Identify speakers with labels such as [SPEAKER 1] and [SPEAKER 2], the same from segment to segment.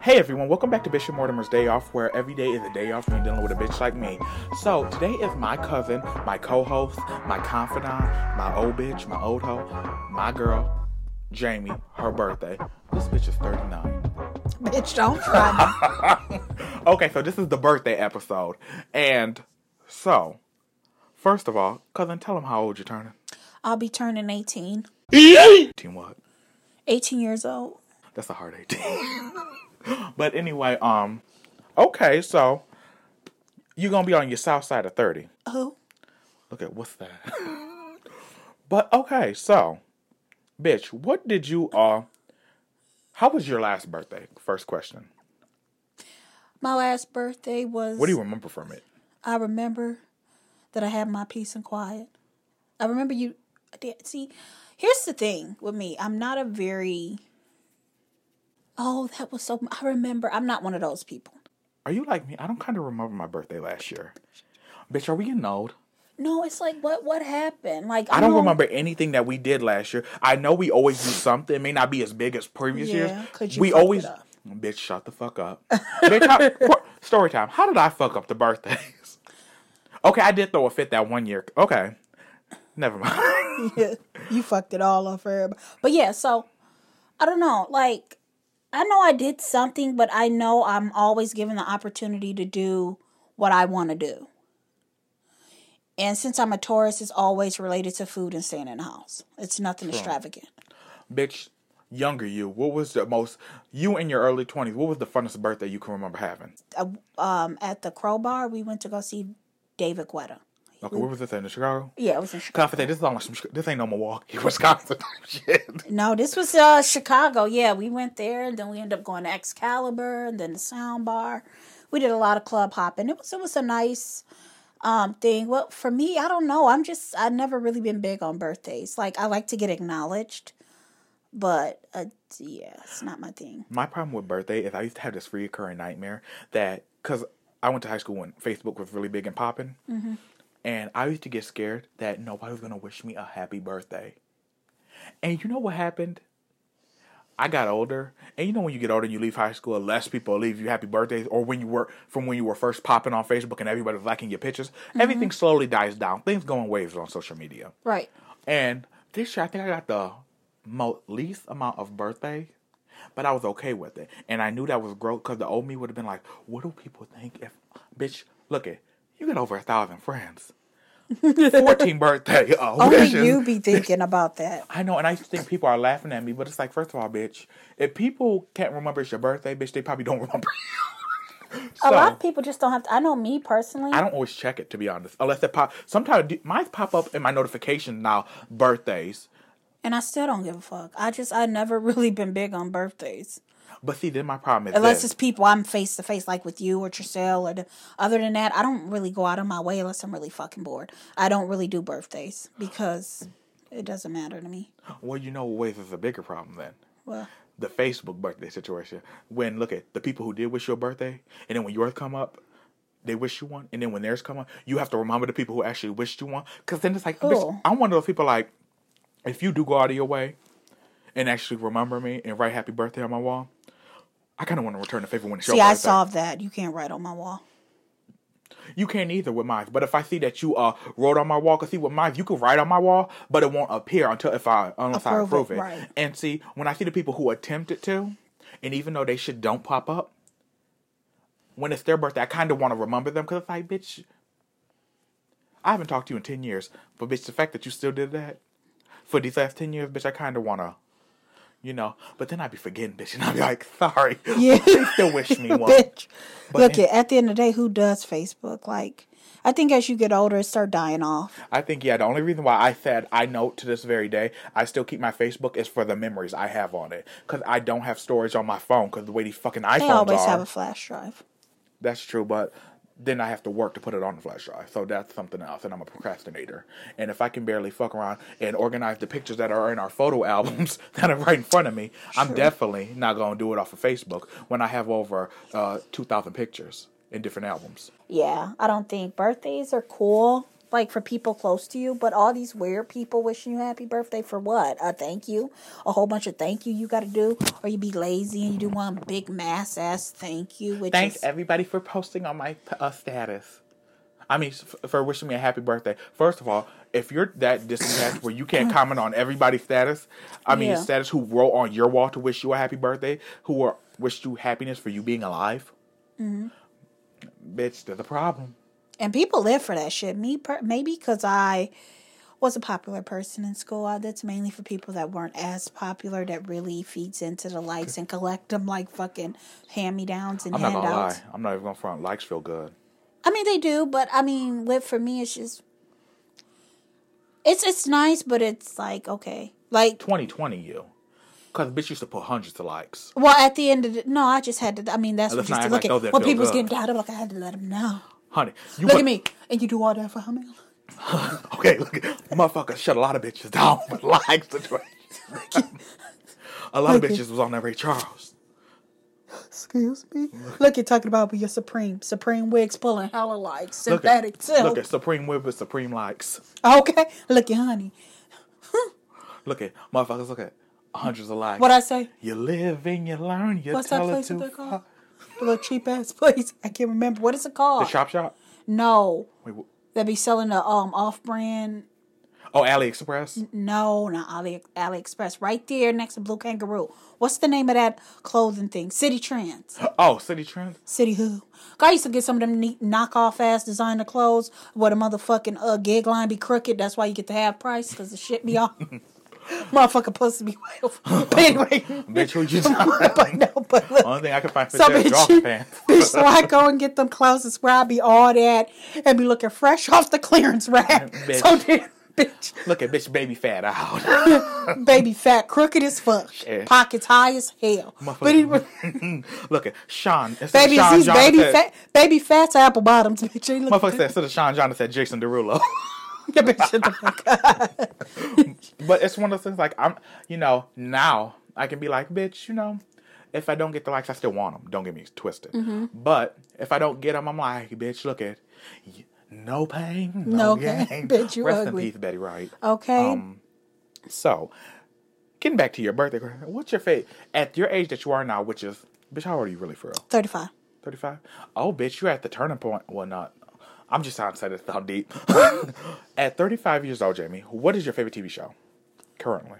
[SPEAKER 1] Hey everyone, welcome back to Bishop Mortimer's Day Off, where every day is a day off when you're dealing with a bitch like me. So today is my cousin, my co-host, my confidant, my old bitch, my old hoe, my girl, Jamie, her birthday. This bitch is 39.
[SPEAKER 2] Bitch, don't try me.
[SPEAKER 1] Okay, so this is the birthday episode. And so, first of all, cousin, tell them how old you're turning.
[SPEAKER 2] I'll be turning 18.
[SPEAKER 1] 18 what?
[SPEAKER 2] 18 years old.
[SPEAKER 1] That's a hard 18. but anyway, um, okay, so you're gonna be on your south side of 30.
[SPEAKER 2] Who?
[SPEAKER 1] Look at what's that? but okay, so, bitch, what did you uh? How was your last birthday? First question.
[SPEAKER 2] My last birthday was.
[SPEAKER 1] What do you remember from it?
[SPEAKER 2] I remember that I had my peace and quiet. I remember you. I did- See, here's the thing with me. I'm not a very. Oh, that was so. I remember. I'm not one of those people.
[SPEAKER 1] Are you like me? I don't kind of remember my birthday last year. Bitch, are we getting old?
[SPEAKER 2] No, it's like what what happened? Like
[SPEAKER 1] I don't
[SPEAKER 2] know-
[SPEAKER 1] remember anything that we did last year. I know we always do something. It may not be as big as previous
[SPEAKER 2] Yeah,
[SPEAKER 1] years.
[SPEAKER 2] 'cause you
[SPEAKER 1] we
[SPEAKER 2] fucked it
[SPEAKER 1] always,
[SPEAKER 2] up.
[SPEAKER 1] bitch, shut the fuck up. bitch, how, qu- story time. How did I fuck up the birthdays? Okay, I did throw a fit that one year. Okay, never mind.
[SPEAKER 2] you fucked it all off her. But yeah, so I don't know. Like I know I did something, but I know I'm always given the opportunity to do what I want to do. And since I'm a Taurus, it's always related to food and staying in the house. It's nothing extravagant.
[SPEAKER 1] bitch, younger you. What was the most you in your early twenties? What was the funnest birthday you can remember having?
[SPEAKER 2] Um, at the Crowbar, we went to go see David Guetta.
[SPEAKER 1] Okay, where was this at in Chicago?
[SPEAKER 2] Yeah, it was in Chicago.
[SPEAKER 1] Confident. This is all some. Chi- This ain't no Milwaukee, Wisconsin type shit.
[SPEAKER 2] No, this was uh Chicago. Yeah, we went there, and then we ended up going to Excalibur, and then the Sound Bar. We did a lot of club hopping. It was it was a nice um thing. Well, for me, I don't know. I'm just I've never really been big on birthdays. Like I like to get acknowledged, but uh, yeah, it's not my thing.
[SPEAKER 1] My problem with birthday is I used to have this reoccurring nightmare that because I went to high school when Facebook was really big and popping, and I used to get scared that nobody was gonna wish me a happy birthday. And you know what happened? I got older, and you know when you get older, and you leave high school, less people leave you happy birthdays, or when you were from when you were first popping on Facebook and everybody was liking your pictures. Everything slowly dies down. Things go in waves on social media.
[SPEAKER 2] Right.
[SPEAKER 1] And this year, I think I got the mo- least amount of birthday, but I was okay with it. And I knew that was growth because the old me would have been like, what do people think if, bitch, look it, you got over a thousand friends. 14 birthday. uh,
[SPEAKER 2] Only
[SPEAKER 1] wishes.
[SPEAKER 2] you be thinking about that.
[SPEAKER 1] I know, and I think people are laughing at me, but it's like, first of all, bitch, if people can't remember it's your birthday, bitch, they probably don't remember.
[SPEAKER 2] A lot
[SPEAKER 1] so,
[SPEAKER 2] of people just don't have. To, I know me personally.
[SPEAKER 1] I don't always check it to be honest, unless it pop. Sometimes mine pop up in my notification now, birthdays.
[SPEAKER 2] and I still don't give a fuck. I just I never really been big on birthdays.
[SPEAKER 1] But see, then my problem is
[SPEAKER 2] unless
[SPEAKER 1] this.
[SPEAKER 2] it's people I'm face to face, like with you or Triselle, or the, other than that, I don't really go out of my way unless I'm really fucking bored. I don't really do birthdays because it doesn't matter to me.
[SPEAKER 1] Well, you know what is a bigger problem then?
[SPEAKER 2] Well,
[SPEAKER 1] The Facebook birthday situation. When look at the people who did wish your birthday, and then when yours come up, they wish you one, and then when theirs come up, you have to remember the people who actually wished you one. Because then it's like, bitch,
[SPEAKER 2] Ooh.
[SPEAKER 1] I'm one of those people like, if you do go out of your way, and actually remember me and write happy birthday on my wall, I kind of want to return the favor when it's your
[SPEAKER 2] see,
[SPEAKER 1] birthday.
[SPEAKER 2] I solved that. You can't write on my wall.
[SPEAKER 1] You can't either with mine. But if I see that you uh wrote on my wall, cause see with mine, you can write on my wall, but it won't appear until if I unless I
[SPEAKER 2] Approve it,
[SPEAKER 1] approve it.
[SPEAKER 2] right.
[SPEAKER 1] And see, when I see the people who attempt it to, and even though they should don't pop up, when it's their birthday, I kind of want to remember them because it's like, bitch, I haven't talked to you in ten years, but bitch, the fact that you still did that for these last ten years, bitch, I kind of wanna. You know, but then I'd be forgetting, bitch, and I'd be like, sorry.
[SPEAKER 2] Yeah.
[SPEAKER 1] They still wish me one.
[SPEAKER 2] Bitch, look at at the end of the day, who does Facebook? Like, I think as you get older, it start dying off.
[SPEAKER 1] I think yeah. The only reason why I said I know to this very day I still keep my Facebook is for the memories I have on it because I don't have storage on my phone because the way these fucking iPhones
[SPEAKER 2] They always
[SPEAKER 1] are.
[SPEAKER 2] have a flash drive.
[SPEAKER 1] That's true, but then I have to work to put it on the flash drive, so that's something else. And I'm a procrastinator. And if I can barely fuck around and organize the pictures that are in our photo albums that are right in front of me, I'm definitely not gonna do it off of Facebook when I have over uh, two thousand pictures in different albums.
[SPEAKER 2] Yeah, I don't think birthdays are cool. like for people close to you, but all these weird people wishing you happy birthday for what? A thank you, a whole bunch of thank you you got to do, or you be lazy and you do one big mass ass thank you. Which
[SPEAKER 1] Thanks e-
[SPEAKER 2] is,
[SPEAKER 1] everybody for posting on my uh, status. I mean, s- for wishing me a happy birthday. First of all, if you're that disattached where you can't comment on everybody's status, I mean,
[SPEAKER 2] Yeah.
[SPEAKER 1] status who wrote on your wall to wish you a happy birthday, who are, wished you happiness for you being alive,
[SPEAKER 2] Mm-hmm.
[SPEAKER 1] bitch, there's a problem.
[SPEAKER 2] and people live for that shit. Me, per- maybe because I was a popular person in school. I, that's mainly for people that weren't as popular. That really feeds into the likes and collect them like fucking hand me downs and
[SPEAKER 1] I'm not gonna
[SPEAKER 2] handouts.
[SPEAKER 1] lie. I'm not even gonna front. Likes feel good.
[SPEAKER 2] I mean, they do, but I mean, live for me is just it's it's nice, but it's like okay, like
[SPEAKER 1] 2020 you. Because bitch used to put hundreds of likes.
[SPEAKER 2] well, at the end of the, no, I just had to. I mean, that's
[SPEAKER 1] Let's
[SPEAKER 2] what just
[SPEAKER 1] not
[SPEAKER 2] to
[SPEAKER 1] act
[SPEAKER 2] look
[SPEAKER 1] like, oh,
[SPEAKER 2] at
[SPEAKER 1] that
[SPEAKER 2] when
[SPEAKER 1] feel
[SPEAKER 2] people's
[SPEAKER 1] good.
[SPEAKER 2] getting down. I'm like, I had to let them know.
[SPEAKER 1] Honey, you
[SPEAKER 2] Look
[SPEAKER 1] put-
[SPEAKER 2] at me, and you do all that for how many?
[SPEAKER 1] Okay, look, motherfucker shut a lot of bitches down with lying situations. a lot of
[SPEAKER 2] Okay.
[SPEAKER 1] bitches was on that Ray Charles.
[SPEAKER 2] Excuse me. Look, you're talking about with your supreme supreme wigs pulling hella like
[SPEAKER 1] Look at,
[SPEAKER 2] synthetic
[SPEAKER 1] look
[SPEAKER 2] silk.
[SPEAKER 1] at Supreme Whip with Supreme Likes.
[SPEAKER 2] Okay, look, at honey,
[SPEAKER 1] Look at motherfuckers, look at hundreds of likes.
[SPEAKER 2] what I say?
[SPEAKER 1] you live and you learn, you
[SPEAKER 2] What's that
[SPEAKER 1] tell
[SPEAKER 2] place
[SPEAKER 1] it
[SPEAKER 2] that
[SPEAKER 1] to
[SPEAKER 2] they call?
[SPEAKER 1] fuck.
[SPEAKER 2] The little cheap ass place. I can't remember what is it
[SPEAKER 1] The
[SPEAKER 2] called.
[SPEAKER 1] Chop Shop?
[SPEAKER 2] No,
[SPEAKER 1] Wait, wh-
[SPEAKER 2] that be selling the um off brand
[SPEAKER 1] oh, AliExpress?
[SPEAKER 2] no not Ali AliExpress right there next to Blue Kangaroo. What's the name of that clothing thing? City Trends.
[SPEAKER 1] Oh, City Trend?
[SPEAKER 2] City Who. God, I used to get some of them neat knockoff ass designer clothes where the motherfucking uh, gig line be crooked. That's why you get the half price because the shit be off. Motherfucking pussy be wild. But anyway,
[SPEAKER 1] Bitch, who you
[SPEAKER 2] but no, but look.
[SPEAKER 1] Only thing I can find for
[SPEAKER 2] So
[SPEAKER 1] so is
[SPEAKER 2] bitch,
[SPEAKER 1] drawing pants.
[SPEAKER 2] bitch, so I go and get them clothes and where I be all that and be looking fresh off the clearance rack.
[SPEAKER 1] Bitch.
[SPEAKER 2] So then, bitch,
[SPEAKER 1] Look at bitch, baby fat out.
[SPEAKER 2] baby fat, crooked as fuck,
[SPEAKER 1] Yeah.
[SPEAKER 2] pockets high as hell. But anyway,
[SPEAKER 1] Look at Sean.
[SPEAKER 2] baby,
[SPEAKER 1] Sean
[SPEAKER 2] these
[SPEAKER 1] John
[SPEAKER 2] baby
[SPEAKER 1] said-
[SPEAKER 2] fat, baby fat's apple bottoms, bitch. Ain't
[SPEAKER 1] Motherfucker
[SPEAKER 2] looking
[SPEAKER 1] said instead of Sean John, it said Jason Derulo.
[SPEAKER 2] Yeah, bitch, shut the
[SPEAKER 1] Um,
[SPEAKER 2] fuck up.
[SPEAKER 1] but it's one of those things like I'm, you know, now I can be like, bitch, you know, if I don't get the likes, I still want them. Don't get me twisted.
[SPEAKER 2] Mm-hmm.
[SPEAKER 1] But if I don't get them, I'm like, bitch, look at, y- no pain, no,
[SPEAKER 2] No pain.
[SPEAKER 1] gain.
[SPEAKER 2] Bitch, you
[SPEAKER 1] Rest
[SPEAKER 2] ugly.
[SPEAKER 1] in peace, Betty Wright.
[SPEAKER 2] Okay.
[SPEAKER 1] So, getting back to your birthday, Chris, what's your fate at your age that you are now? Which is, bitch, how old are you really for real?
[SPEAKER 2] 35.
[SPEAKER 1] 35? Oh, bitch, you're at the turning point. Well, not. I'm just excited how deep. at 35 years old, Jamie, what is your favorite TV show currently?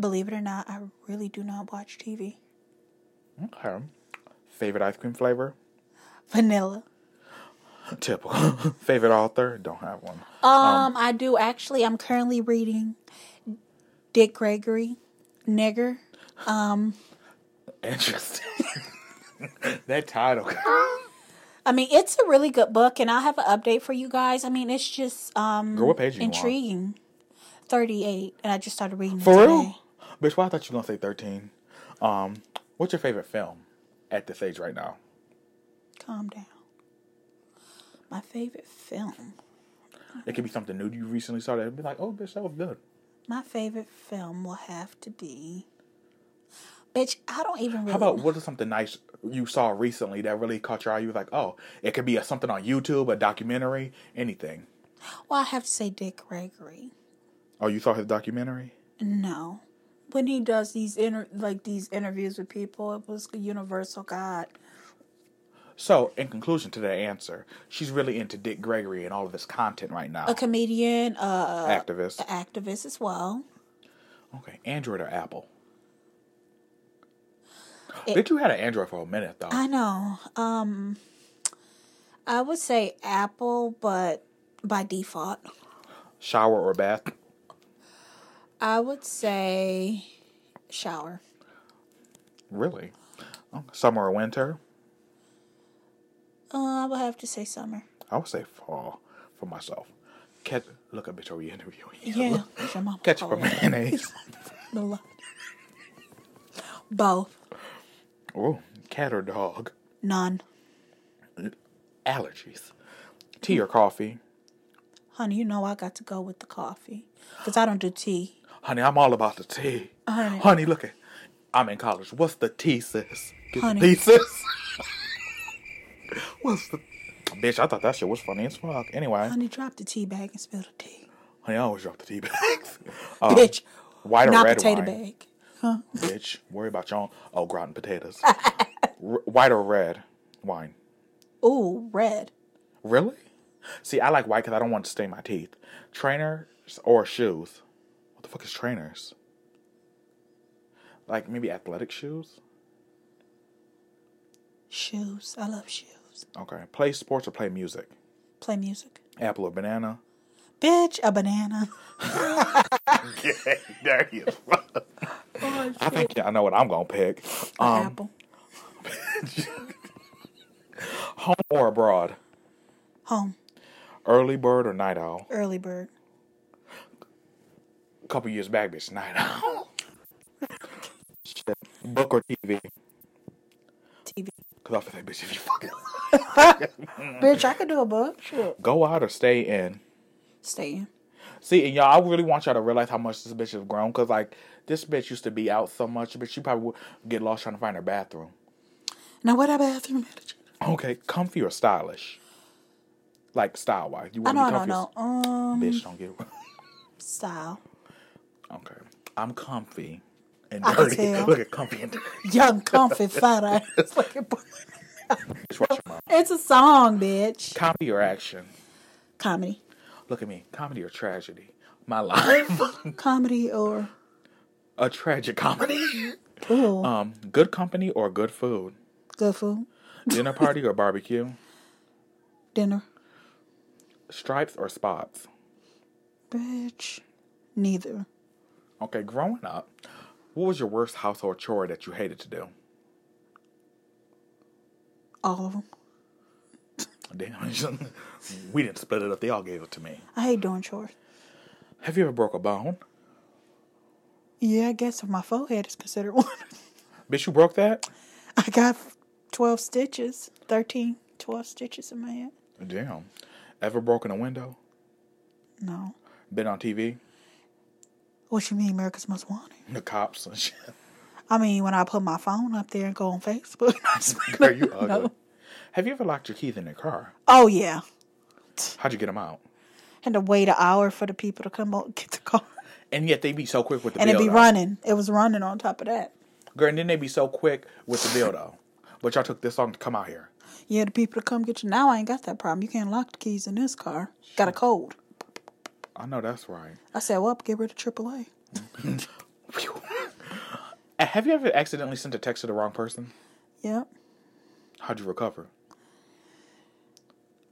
[SPEAKER 2] Believe it or not, I really do not watch TV.
[SPEAKER 1] Okay. Favorite ice cream flavor?
[SPEAKER 2] Vanilla.
[SPEAKER 1] Typical. Favorite author? Don't have one.
[SPEAKER 2] Um, I do actually. I'm currently reading Dick Gregory, Nigger.
[SPEAKER 1] Interesting. that title.
[SPEAKER 2] I mean, it's a really good book, and I'll have an update for you guys. I mean, it's just um
[SPEAKER 1] Girl, what page are you on?
[SPEAKER 2] intriguing. 38, and I just started reading it
[SPEAKER 1] For
[SPEAKER 2] today.
[SPEAKER 1] real? Bitch, well, I thought you were going to say 13. Um, what's your favorite film at this age right now?
[SPEAKER 2] Calm down. My favorite film.
[SPEAKER 1] It could be something new you recently saw that would be like, oh, bitch, that was good.
[SPEAKER 2] My favorite film will have to be. Bitch, I don't even really.
[SPEAKER 1] How about what is something nice you saw recently that really caught your eye? You was like, oh, it could be a, something on YouTube, a documentary, anything.
[SPEAKER 2] well, I have to say Dick Gregory.
[SPEAKER 1] Oh, you saw his documentary?
[SPEAKER 2] No. When he does these inter- like these interviews with people, it was a universal God.
[SPEAKER 1] So, in conclusion to that answer, she's really into Dick Gregory and all of his content right now.
[SPEAKER 2] A comedian, uh,
[SPEAKER 1] Activist.
[SPEAKER 2] an activist as well.
[SPEAKER 1] Okay, Android or Apple?
[SPEAKER 2] It-
[SPEAKER 1] Bitch, you had an Android for a minute though.
[SPEAKER 2] I know. Um, I would say Apple, but by default,
[SPEAKER 1] Shower or bath?
[SPEAKER 2] I would say shower.
[SPEAKER 1] Really? Oh, Summer or winter?
[SPEAKER 2] Uh, I would have to say summer.
[SPEAKER 1] I would say fall for myself. Catch, look, a bitch, are we interviewing you?
[SPEAKER 2] Yeah, Oh, it's your mama
[SPEAKER 1] Catch for
[SPEAKER 2] calling.
[SPEAKER 1] mayonnaise.
[SPEAKER 2] The lo- Both.
[SPEAKER 1] Oh, cat or dog?
[SPEAKER 2] None.
[SPEAKER 1] allergies. Tea or coffee?
[SPEAKER 2] Honey, you know I got to go with the coffee because I don't do tea.
[SPEAKER 1] Honey, I'm all about the tea.
[SPEAKER 2] Honey.
[SPEAKER 1] look at. I'm in college. What's the tea, sis? Get the
[SPEAKER 2] Honey.
[SPEAKER 1] tea, sis. What's the Bitch, I thought that shit was funny as fuck. Anyway,
[SPEAKER 2] Honey, drop the tea bag and spill the tea.
[SPEAKER 1] honey, I always drop the tea bags. Uh,
[SPEAKER 2] Bitch,
[SPEAKER 1] White or
[SPEAKER 2] not
[SPEAKER 1] red
[SPEAKER 2] potato
[SPEAKER 1] wine,
[SPEAKER 2] bag.
[SPEAKER 1] bitch. Worry about your own. Oh, rotten potatoes. R- white or red wine?
[SPEAKER 2] Ooh, red.
[SPEAKER 1] Really? See, I like white because I don't want to stain my teeth. Trainers or shoes? What the fuck is trainers? Like maybe athletic shoes?
[SPEAKER 2] Shoes. I love shoes.
[SPEAKER 1] Okay. Play sports or play music?
[SPEAKER 2] Play music.
[SPEAKER 1] Apple or banana?
[SPEAKER 2] Bitch, a banana.
[SPEAKER 1] there he is. I think I know what I'm gonna pick. Um,
[SPEAKER 2] Apple.
[SPEAKER 1] home or abroad?
[SPEAKER 2] Home.
[SPEAKER 1] Early bird or night owl?
[SPEAKER 2] Early bird.
[SPEAKER 1] A couple years back, bitch, night owl. Shit. Book or TV?
[SPEAKER 2] TV.
[SPEAKER 1] Cause I feel like, bitch, if you fucking
[SPEAKER 2] Bitch, I could do a book. Sure.
[SPEAKER 1] go out or stay in.
[SPEAKER 2] Stay in.
[SPEAKER 1] See, and y'all, I really want y'all to realize how much this bitch has grown. Cause like this bitch used to be out so much, but she probably would get lost trying to find her bathroom.
[SPEAKER 2] Now, what about bathroom manager?
[SPEAKER 1] Okay, comfy or stylish? Like style wise, you
[SPEAKER 2] I
[SPEAKER 1] want to
[SPEAKER 2] know,
[SPEAKER 1] be
[SPEAKER 2] I don't
[SPEAKER 1] comfy?
[SPEAKER 2] know. Um,
[SPEAKER 1] Bitch, don't get.
[SPEAKER 2] style.
[SPEAKER 1] Okay, I'm comfy and
[SPEAKER 2] I can
[SPEAKER 1] dirty.
[SPEAKER 2] tell.
[SPEAKER 1] Look at comfy and dirty.
[SPEAKER 2] Young, comfy, fat ass. looking boy.
[SPEAKER 1] Bitch, watch your mouth.
[SPEAKER 2] It's a song, bitch.
[SPEAKER 1] Comedy or action?
[SPEAKER 2] Comedy.
[SPEAKER 1] Look at me. Comedy or tragedy? My life.
[SPEAKER 2] Comedy or.
[SPEAKER 1] A tragic comedy.
[SPEAKER 2] Ooh,
[SPEAKER 1] Um, good company or good food?
[SPEAKER 2] good food.
[SPEAKER 1] Dinner party or barbecue?
[SPEAKER 2] Dinner.
[SPEAKER 1] Stripes or spots?
[SPEAKER 2] Bitch. Neither.
[SPEAKER 1] Okay, growing up, what was your worst household chore that you hated to do?
[SPEAKER 2] All of them.
[SPEAKER 1] Damn, we didn't split it up. They all gave it to me.
[SPEAKER 2] I hate doing chores.
[SPEAKER 1] Have you ever broke a bone?
[SPEAKER 2] Yeah, I guess if my forehead is considered one.
[SPEAKER 1] Bitch, you broke that?
[SPEAKER 2] I got 12 stitches, 13, 12 stitches in my head.
[SPEAKER 1] Damn. Ever broken a window?
[SPEAKER 2] No.
[SPEAKER 1] Been on TV?
[SPEAKER 2] What you mean, America's Most Wanted?
[SPEAKER 1] The cops and shit.
[SPEAKER 2] I mean, when I put my phone up there and go on Facebook. I swear.
[SPEAKER 1] Girl, you ugly.
[SPEAKER 2] No.
[SPEAKER 1] Have you ever locked your keys in your car?
[SPEAKER 2] Oh, yeah.
[SPEAKER 1] How'd you get them out?
[SPEAKER 2] Had to wait an hour for the people to come out and get the car.
[SPEAKER 1] And yet they be so quick with the
[SPEAKER 2] And
[SPEAKER 1] bill.
[SPEAKER 2] it'd be
[SPEAKER 1] though.
[SPEAKER 2] running. It was running on top of that.
[SPEAKER 1] Girl, and then they be so quick with the bill though. But y'all took this long to come out here.
[SPEAKER 2] Yeah, the people to come get you. Now I ain't got that problem. You can't lock the keys in this car. Got a cold.
[SPEAKER 1] I know that's right.
[SPEAKER 2] I said, well, get rid of AAA.
[SPEAKER 1] Phew. Have you ever accidentally sent a text to the wrong person?
[SPEAKER 2] Yep.
[SPEAKER 1] How'd you recover?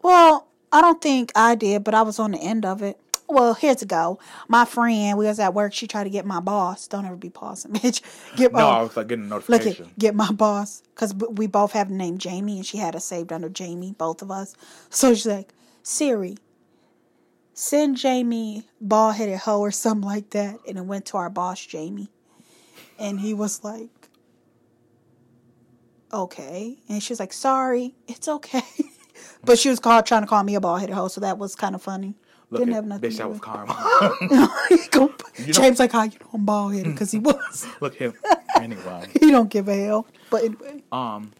[SPEAKER 2] Well, I don't think I did, but I was on the end of it. Well, here's a go. My friend, we was at work. She tried to get my boss. Don't ever be pausing, bitch. Get
[SPEAKER 1] No, I
[SPEAKER 2] my
[SPEAKER 1] was like getting a
[SPEAKER 2] Oh. look
[SPEAKER 1] notification.
[SPEAKER 2] at get my boss because we both have the name Jamie, and she had us saved under Jamie, both of us. So she's like, Siri, send Jamie bald headed hoe or something like that, and it went to our boss Jamie, and he was like, okay, and she's like, sorry, it's okay. But she was called trying to call me a bald headed hoe, so that was kind of funny.
[SPEAKER 1] Look
[SPEAKER 2] Didn't
[SPEAKER 1] at-
[SPEAKER 2] have nothing.
[SPEAKER 1] bitch,
[SPEAKER 2] to
[SPEAKER 1] that
[SPEAKER 2] do
[SPEAKER 1] was
[SPEAKER 2] with
[SPEAKER 1] karma.
[SPEAKER 2] it. James like, how you know I'm bald headed? Because he was.
[SPEAKER 1] Look him. Anyway,
[SPEAKER 2] he don't give a hell. But anyway.
[SPEAKER 1] um,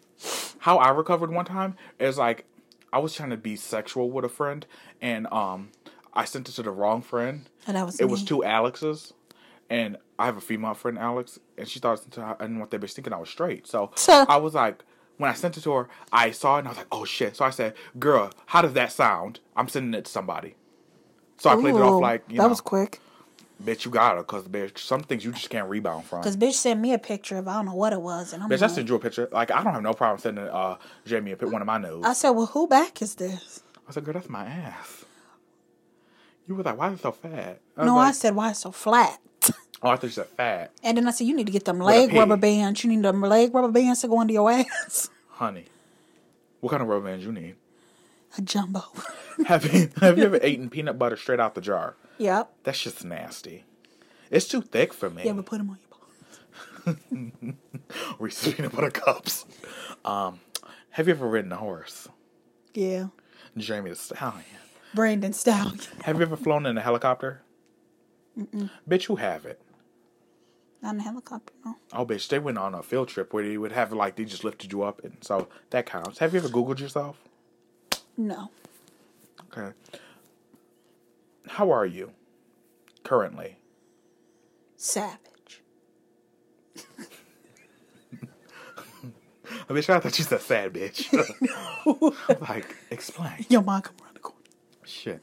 [SPEAKER 1] how I recovered one time is like I was trying to be sexual with a friend, and um, I sent it to the wrong friend.
[SPEAKER 2] And Oh, that was
[SPEAKER 1] It was
[SPEAKER 2] me.
[SPEAKER 1] two Alexes, and I have a female friend, Alex, and she thought I didn't want that bitch thinking I was straight. So I was like, when I sent it to her, I saw it and I was like, oh shit. So I said, girl, how does that sound? I'm sending it to somebody. So I played it
[SPEAKER 2] Ooh,
[SPEAKER 1] off like, you
[SPEAKER 2] that
[SPEAKER 1] know,
[SPEAKER 2] was quick.
[SPEAKER 1] bitch, you gotta, cause bitch, some things you just can't rebound from.
[SPEAKER 2] Cause bitch sent me a picture of I don't know what it was, and I'm
[SPEAKER 1] Bitch, I
[SPEAKER 2] like,
[SPEAKER 1] sent you a picture. Like, I don't have no problem sending uh, Jamie a pic, one of my nudes.
[SPEAKER 2] I said, well, who back is this?
[SPEAKER 1] I said, girl, that's my ass. You were like, why is it so fat? I was
[SPEAKER 2] No, I
[SPEAKER 1] like,
[SPEAKER 2] said, why it's so flat?
[SPEAKER 1] oh, I thought you said fat.
[SPEAKER 2] And then I said, you need to get them leg
[SPEAKER 1] pig.
[SPEAKER 2] rubber bands. You need them leg rubber bands to go under your ass.
[SPEAKER 1] Honey, what kind of rubber bands you need?
[SPEAKER 2] a jumbo.
[SPEAKER 1] Have you, have you ever eaten peanut butter straight out the jar?
[SPEAKER 2] yep.
[SPEAKER 1] That's just nasty. It's too thick for me.
[SPEAKER 2] Yeah, but put them on your ball.
[SPEAKER 1] Reese's peanut butter cups. Um, have you ever ridden a horse?
[SPEAKER 2] Yeah.
[SPEAKER 1] Jamie the Stallion.
[SPEAKER 2] Brandon Stallion.
[SPEAKER 1] Have you ever flown in a helicopter? Bitch, you have it.
[SPEAKER 2] On the helicopter. No.
[SPEAKER 1] Oh, bitch, they went on a field trip where they would have like they just lifted you up, and so that counts. Have you ever Googled yourself?
[SPEAKER 2] No.
[SPEAKER 1] Okay. How are you currently?
[SPEAKER 2] Savage.
[SPEAKER 1] I bitch, I thought you said sad bitch. like, explain.
[SPEAKER 2] Your mom come around the corner.
[SPEAKER 1] Shit.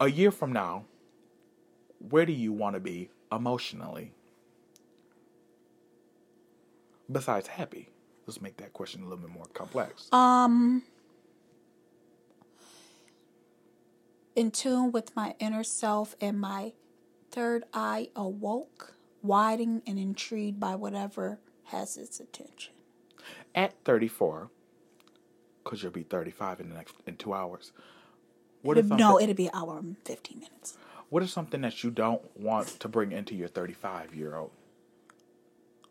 [SPEAKER 1] A year from now, where do you want to be emotionally? Besides happy. Let's make that question a little bit more complex.
[SPEAKER 2] Um in tune with my inner self and my third eye awoke, widened and intrigued by whatever has its attention.
[SPEAKER 1] At 34, because you'll be 35 in the next in two hours. What is something,
[SPEAKER 2] no, it'll be an hour and fifteen minutes.
[SPEAKER 1] what is something that you don't want to bring into your 35 year old?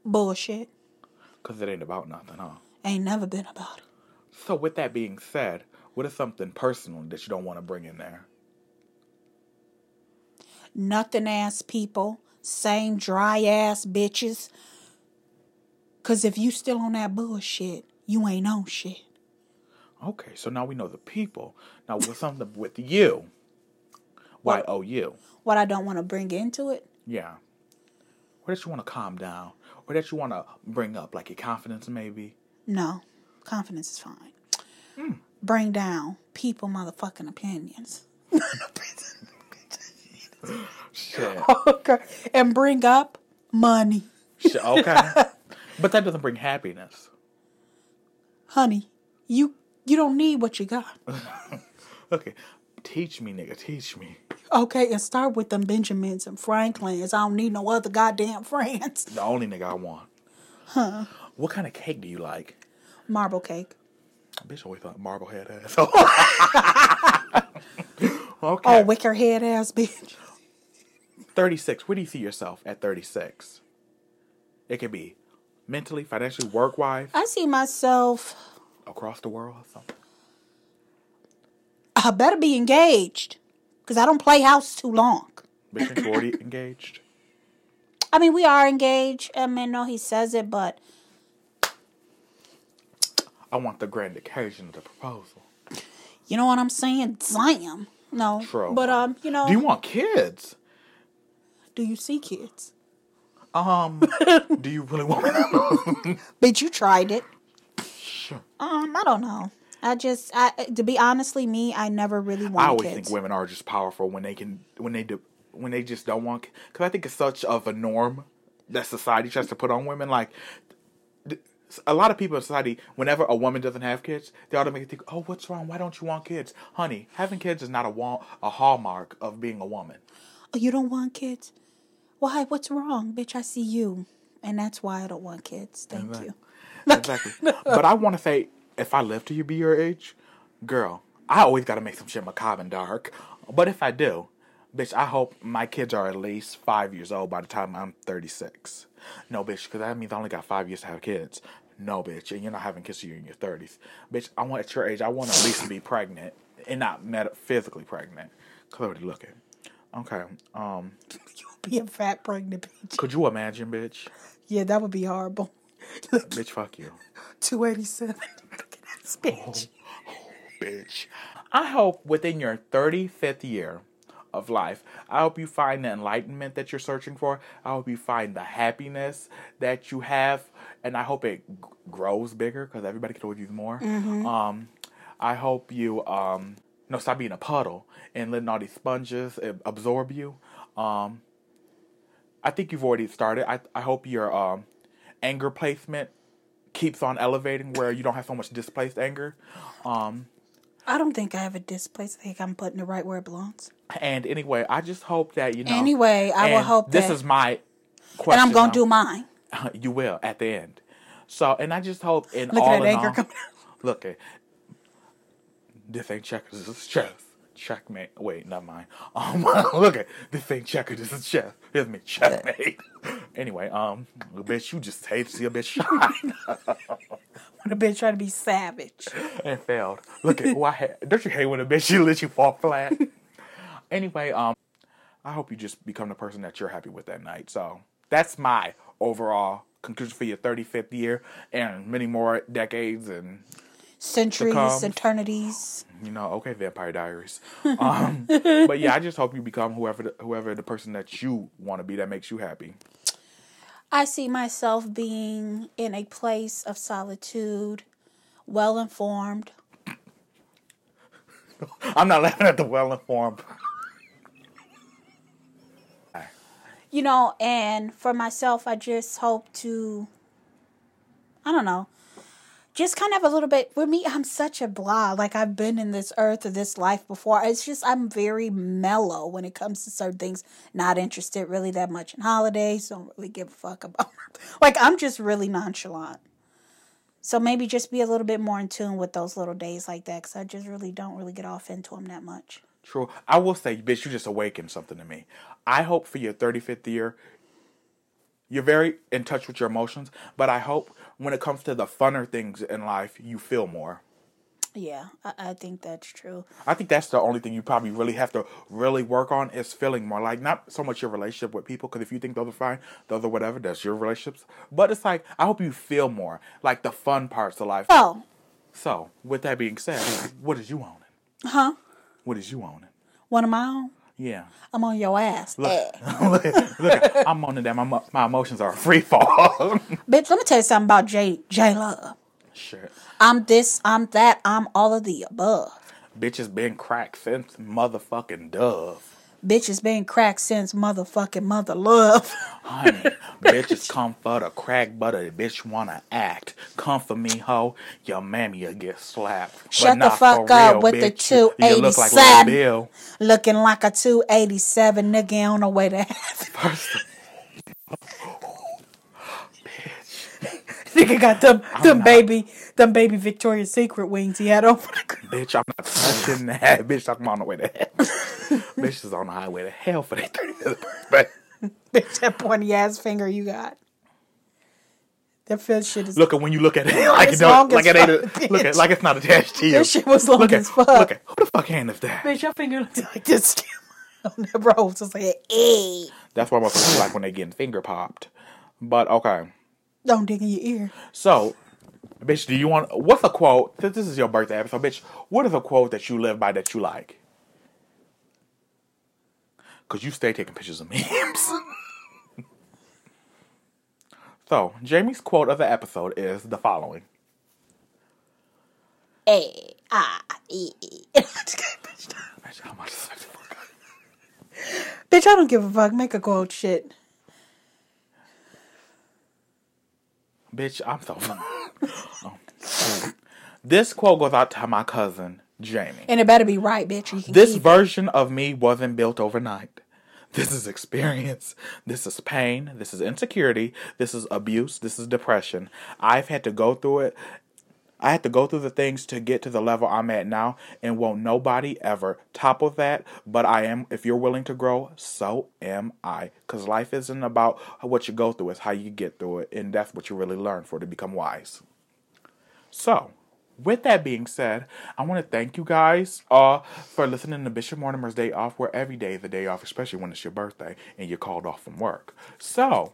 [SPEAKER 2] Bullshit.
[SPEAKER 1] Because it ain't about nothing, huh?
[SPEAKER 2] Ain't never been about it.
[SPEAKER 1] So, with that being said, what is something personal that you don't want to bring in there?
[SPEAKER 2] nothing ass people, same dry ass bitches. Cause if you still on that bullshit, you ain't on shit.
[SPEAKER 1] Okay, so now we know the people. Now, what's something with you? Y O U.
[SPEAKER 2] What I don't want to bring into it,
[SPEAKER 1] Yeah. Or that you want to calm down, or that you want to bring up, like your confidence, maybe.
[SPEAKER 2] no. Confidence is fine. Bring down people motherfucking opinions.
[SPEAKER 1] Shit.
[SPEAKER 2] okay. And bring up money.
[SPEAKER 1] Shit, okay. but that doesn't bring happiness.
[SPEAKER 2] Honey, you you don't need what you got.
[SPEAKER 1] Okay. Teach me, nigga. Teach me.
[SPEAKER 2] Okay, and start with them Benjamins and Franklins. I don't need no other goddamn friends.
[SPEAKER 1] The only nigga I want. Huh. What kind of cake do you like?
[SPEAKER 2] Marble cake.
[SPEAKER 1] Bitch always thought Marblehead ass. okay.
[SPEAKER 2] Oh, wicker head ass bitch.
[SPEAKER 1] 36. Where do you see yourself at 36? It could be mentally, financially, work wise,
[SPEAKER 2] I see myself.
[SPEAKER 1] across the world or something.
[SPEAKER 2] I better be engaged, cause I don't play house too long.
[SPEAKER 1] Bitch, you already engaged.
[SPEAKER 2] I mean, we are engaged. I mean, no, he says it, but
[SPEAKER 1] I want the grand occasion of the proposal.
[SPEAKER 2] you know what I'm saying? Damn. No.
[SPEAKER 1] True.
[SPEAKER 2] But um, you know,
[SPEAKER 1] Do you want kids?
[SPEAKER 2] do you see kids?
[SPEAKER 1] Um, do you really want
[SPEAKER 2] Bitch, you tried it.
[SPEAKER 1] Sure.
[SPEAKER 2] Um, I don't know. I just, I to be honestly, me, I never really wanted
[SPEAKER 1] I always
[SPEAKER 2] kids.
[SPEAKER 1] think women are just powerful when they can when they do when they just don't want because I think it's such of a norm that society tries to put on women. Like th- a lot of people in society, whenever a woman doesn't have kids, they automatically think, "Oh, what's wrong? Why don't you want kids, honey? Having kids is not a wa- a hallmark of being a woman."
[SPEAKER 2] oh, you don't want kids? Why? What's wrong, bitch? I see you, and that's why I don't want kids. Thank you.
[SPEAKER 1] Exactly. but I want to say, if I live to you be your age, girl, I always got to make some shit macabre and dark. But if I do, bitch, I hope my kids are at least five years old by the time I'm 36. No, bitch, because that means I only got five years to have kids. No, bitch, and you're not having kids till you're in your 30s. Bitch, I want at your age, I want to at least be pregnant and not meta- physically pregnant. Because I already looking. Okay. Um,
[SPEAKER 2] You'll be a fat pregnant bitch.
[SPEAKER 1] could you imagine, bitch?
[SPEAKER 2] Yeah, that would be horrible.
[SPEAKER 1] bitch, fuck you.
[SPEAKER 2] 287. That's bitch.
[SPEAKER 1] Oh. bitch. I hope within your 35th year of life, I hope you find the enlightenment that you're searching for. I hope you find the happiness that you have, and I hope it g- grows bigger because everybody could always use more. Um, I hope you um, no stop being a puddle and letting all these sponges uh, absorb you. Um, I think you've already started. I I hope your um, anger placement keeps on elevating where you don't have so much displaced anger. Um,
[SPEAKER 2] I don't think I have a displaced. I think I'm putting it right where it belongs.
[SPEAKER 1] And anyway, I just hope that you know.
[SPEAKER 2] Anyway, I will
[SPEAKER 1] and
[SPEAKER 2] hope
[SPEAKER 1] this
[SPEAKER 2] that-
[SPEAKER 1] is my question.
[SPEAKER 2] And I'm going to do mine.
[SPEAKER 1] do. you will at the end. So, and I just hope in
[SPEAKER 2] Look
[SPEAKER 1] all
[SPEAKER 2] at that
[SPEAKER 1] in
[SPEAKER 2] anchor
[SPEAKER 1] all-
[SPEAKER 2] coming out.
[SPEAKER 1] Look, it- this ain't checkers. This is chess. Checkmate. Wait, not mine. Um, look at this ain't checkers. This is chess. Here's me. Checkmate. anyway, um, bitch, you just hate to see a bitch shine
[SPEAKER 2] When a bitch trying to be savage.
[SPEAKER 1] and failed. Look at who I had. Don't you hate when a bitch she let you fall flat? anyway, um, I hope you just become the person that you're happy with that night. So that's my overall conclusion for your 35th year and many more decades and
[SPEAKER 2] centuries,
[SPEAKER 1] Become-
[SPEAKER 2] eternities.
[SPEAKER 1] You know, okay, Vampire Diaries. Um, but yeah, I just hope you become whoever the, whoever the person that you want to be that makes you happy.
[SPEAKER 2] I see myself being in a place of solitude, well informed.
[SPEAKER 1] I'm not laughing at the well informed.
[SPEAKER 2] You know, and for myself, I just hope to, I don't know, just kind of a little bit. For me, I'm such a blah. Like, I've been in this earth or this life before. It's just, I'm very mellow when it comes to certain things. Not interested really that much in holidays. Don't really give a fuck about. like, I'm just really nonchalant. So maybe just be a little bit more in tune with those little days like that because I just really don't really get off into them that much.
[SPEAKER 1] True. I will say, bitch, you just awakened something to me. I hope for your 35th year, you're very in touch with your emotions, but I hope when it comes to the funner things in life, you feel more.
[SPEAKER 2] Yeah, I, I think that's true.
[SPEAKER 1] I think that's the only thing you probably really have to really work on is feeling more like not so much your relationship with people because if you think those are fine, those are whatever, that's your relationships. But it's like I hope you feel more like the fun parts of life.
[SPEAKER 2] Oh,
[SPEAKER 1] So with that being said, what is you owning?
[SPEAKER 2] huh?
[SPEAKER 1] What is you owning?
[SPEAKER 2] One of my own?
[SPEAKER 1] Yeah,
[SPEAKER 2] I'm on your ass. Eh.
[SPEAKER 1] look, look, I'm owning that. My mo- my emotions are free fall.
[SPEAKER 2] Bitch, let me tell you something about J J Love.
[SPEAKER 1] Shit,
[SPEAKER 2] I'm this, I'm that, I'm all of the above.
[SPEAKER 1] bitch has been cracked since motherfucking Dove.
[SPEAKER 2] Bitch has been cracked since motherfucking mother love.
[SPEAKER 1] Honey, bitches come for the crack, but a bitch wanna act. Come for me, ho. Your mammy'll get slapped. But
[SPEAKER 2] Shut the
[SPEAKER 1] not
[SPEAKER 2] fuck
[SPEAKER 1] for
[SPEAKER 2] up with the
[SPEAKER 1] bitch. You look like Lil
[SPEAKER 2] 287.
[SPEAKER 1] Bill.
[SPEAKER 2] Looking like a 287 nigga on the way to heaven. nigga got them, them baby, them baby Victoria's Secret wings he had on.
[SPEAKER 1] Bitch, I'm not touching that. bitch, I'm on the way to hell. bitch is on the highway to hell for their 35th birthday.
[SPEAKER 2] Bitch, that pointy ass finger you got. That feel shit is.
[SPEAKER 1] Look at when you look at it like
[SPEAKER 2] It's
[SPEAKER 1] it don't,
[SPEAKER 2] long as
[SPEAKER 1] like it ain't
[SPEAKER 2] fuck,
[SPEAKER 1] a, look at,
[SPEAKER 2] bitch.
[SPEAKER 1] like it's not attached to you.
[SPEAKER 2] that shit was long
[SPEAKER 1] look
[SPEAKER 2] as
[SPEAKER 1] at,
[SPEAKER 2] fuck.
[SPEAKER 1] look at who the fuck hand is that?
[SPEAKER 2] Bitch, your finger looked like this on the ropes. I was like, "Eh." "Hey,
[SPEAKER 1] That's why motherfuckers like when they getting finger popped. But okay.
[SPEAKER 2] don't dig in your ear."
[SPEAKER 1] So, bitch, do you want what's a quote? Since this is your birthday episode, bitch, what is a quote that you live by that you like? Cause you stay taking pictures of memes. so, Jamie's quote of the episode is the following.
[SPEAKER 2] Hey, ah, ee, ee. Bitch,
[SPEAKER 1] Bitch, I'm about to suck the fuck out.
[SPEAKER 2] I don't give a fuck. Make a quote shit.
[SPEAKER 1] Bitch, I'm so Oh. This quote goes out to my cousin, Jamie.
[SPEAKER 2] And it better be right, bitch. or You can
[SPEAKER 1] This
[SPEAKER 2] keep
[SPEAKER 1] version of me wasn't built overnight. This is experience. This is pain. This is insecurity. This is abuse. This is depression. I've had to go through it. I had to go through the things to get to the level I'm at now, and won't nobody ever topple that. But I am, if you're willing to grow, so am I. Because life isn't about what you go through, it's how you get through it. And that's what you really learn for to become wise. So, with that being said, I want to thank you guys uh, for listening to Bishop Mortimer's Day Off, where every day is a day off, especially when it's your birthday and you're called off from work. So,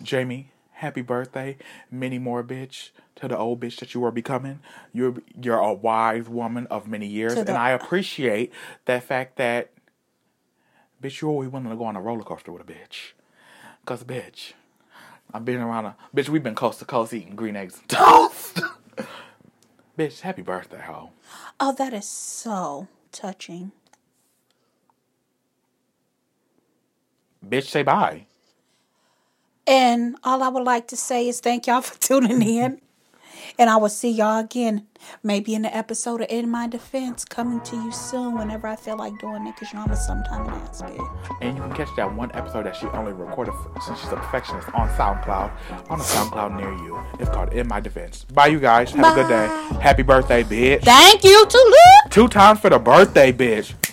[SPEAKER 1] Jamie, happy birthday. Many more, bitch, to the old bitch that you are becoming. You're, you're a wise woman of many years,
[SPEAKER 2] To
[SPEAKER 1] and
[SPEAKER 2] the-
[SPEAKER 1] I appreciate that fact that, bitch, you're always willing to go on a roller coaster with a bitch. Because, bitch, I've been around a bitch. We've been coast to coast eating green eggs and toast. bitch, happy birthday, ho.
[SPEAKER 2] Oh, that is so touching.
[SPEAKER 1] Bitch, say bye.
[SPEAKER 2] And all I would like to say is thank y'all for tuning in. And I will see y'all again, maybe in the episode of In My Defense, coming to you soon whenever I feel like doing it, because you know I'm a sometime ass bitch.
[SPEAKER 1] And you can catch that one episode that she only recorded f- since she's a perfectionist on SoundCloud, on a SoundCloud near you. It's called In My Defense. Bye, you guys. Have a good day.
[SPEAKER 2] Bye.
[SPEAKER 1] Happy birthday, bitch.
[SPEAKER 2] Thank you to Luke.
[SPEAKER 1] Two times for the birthday, bitch.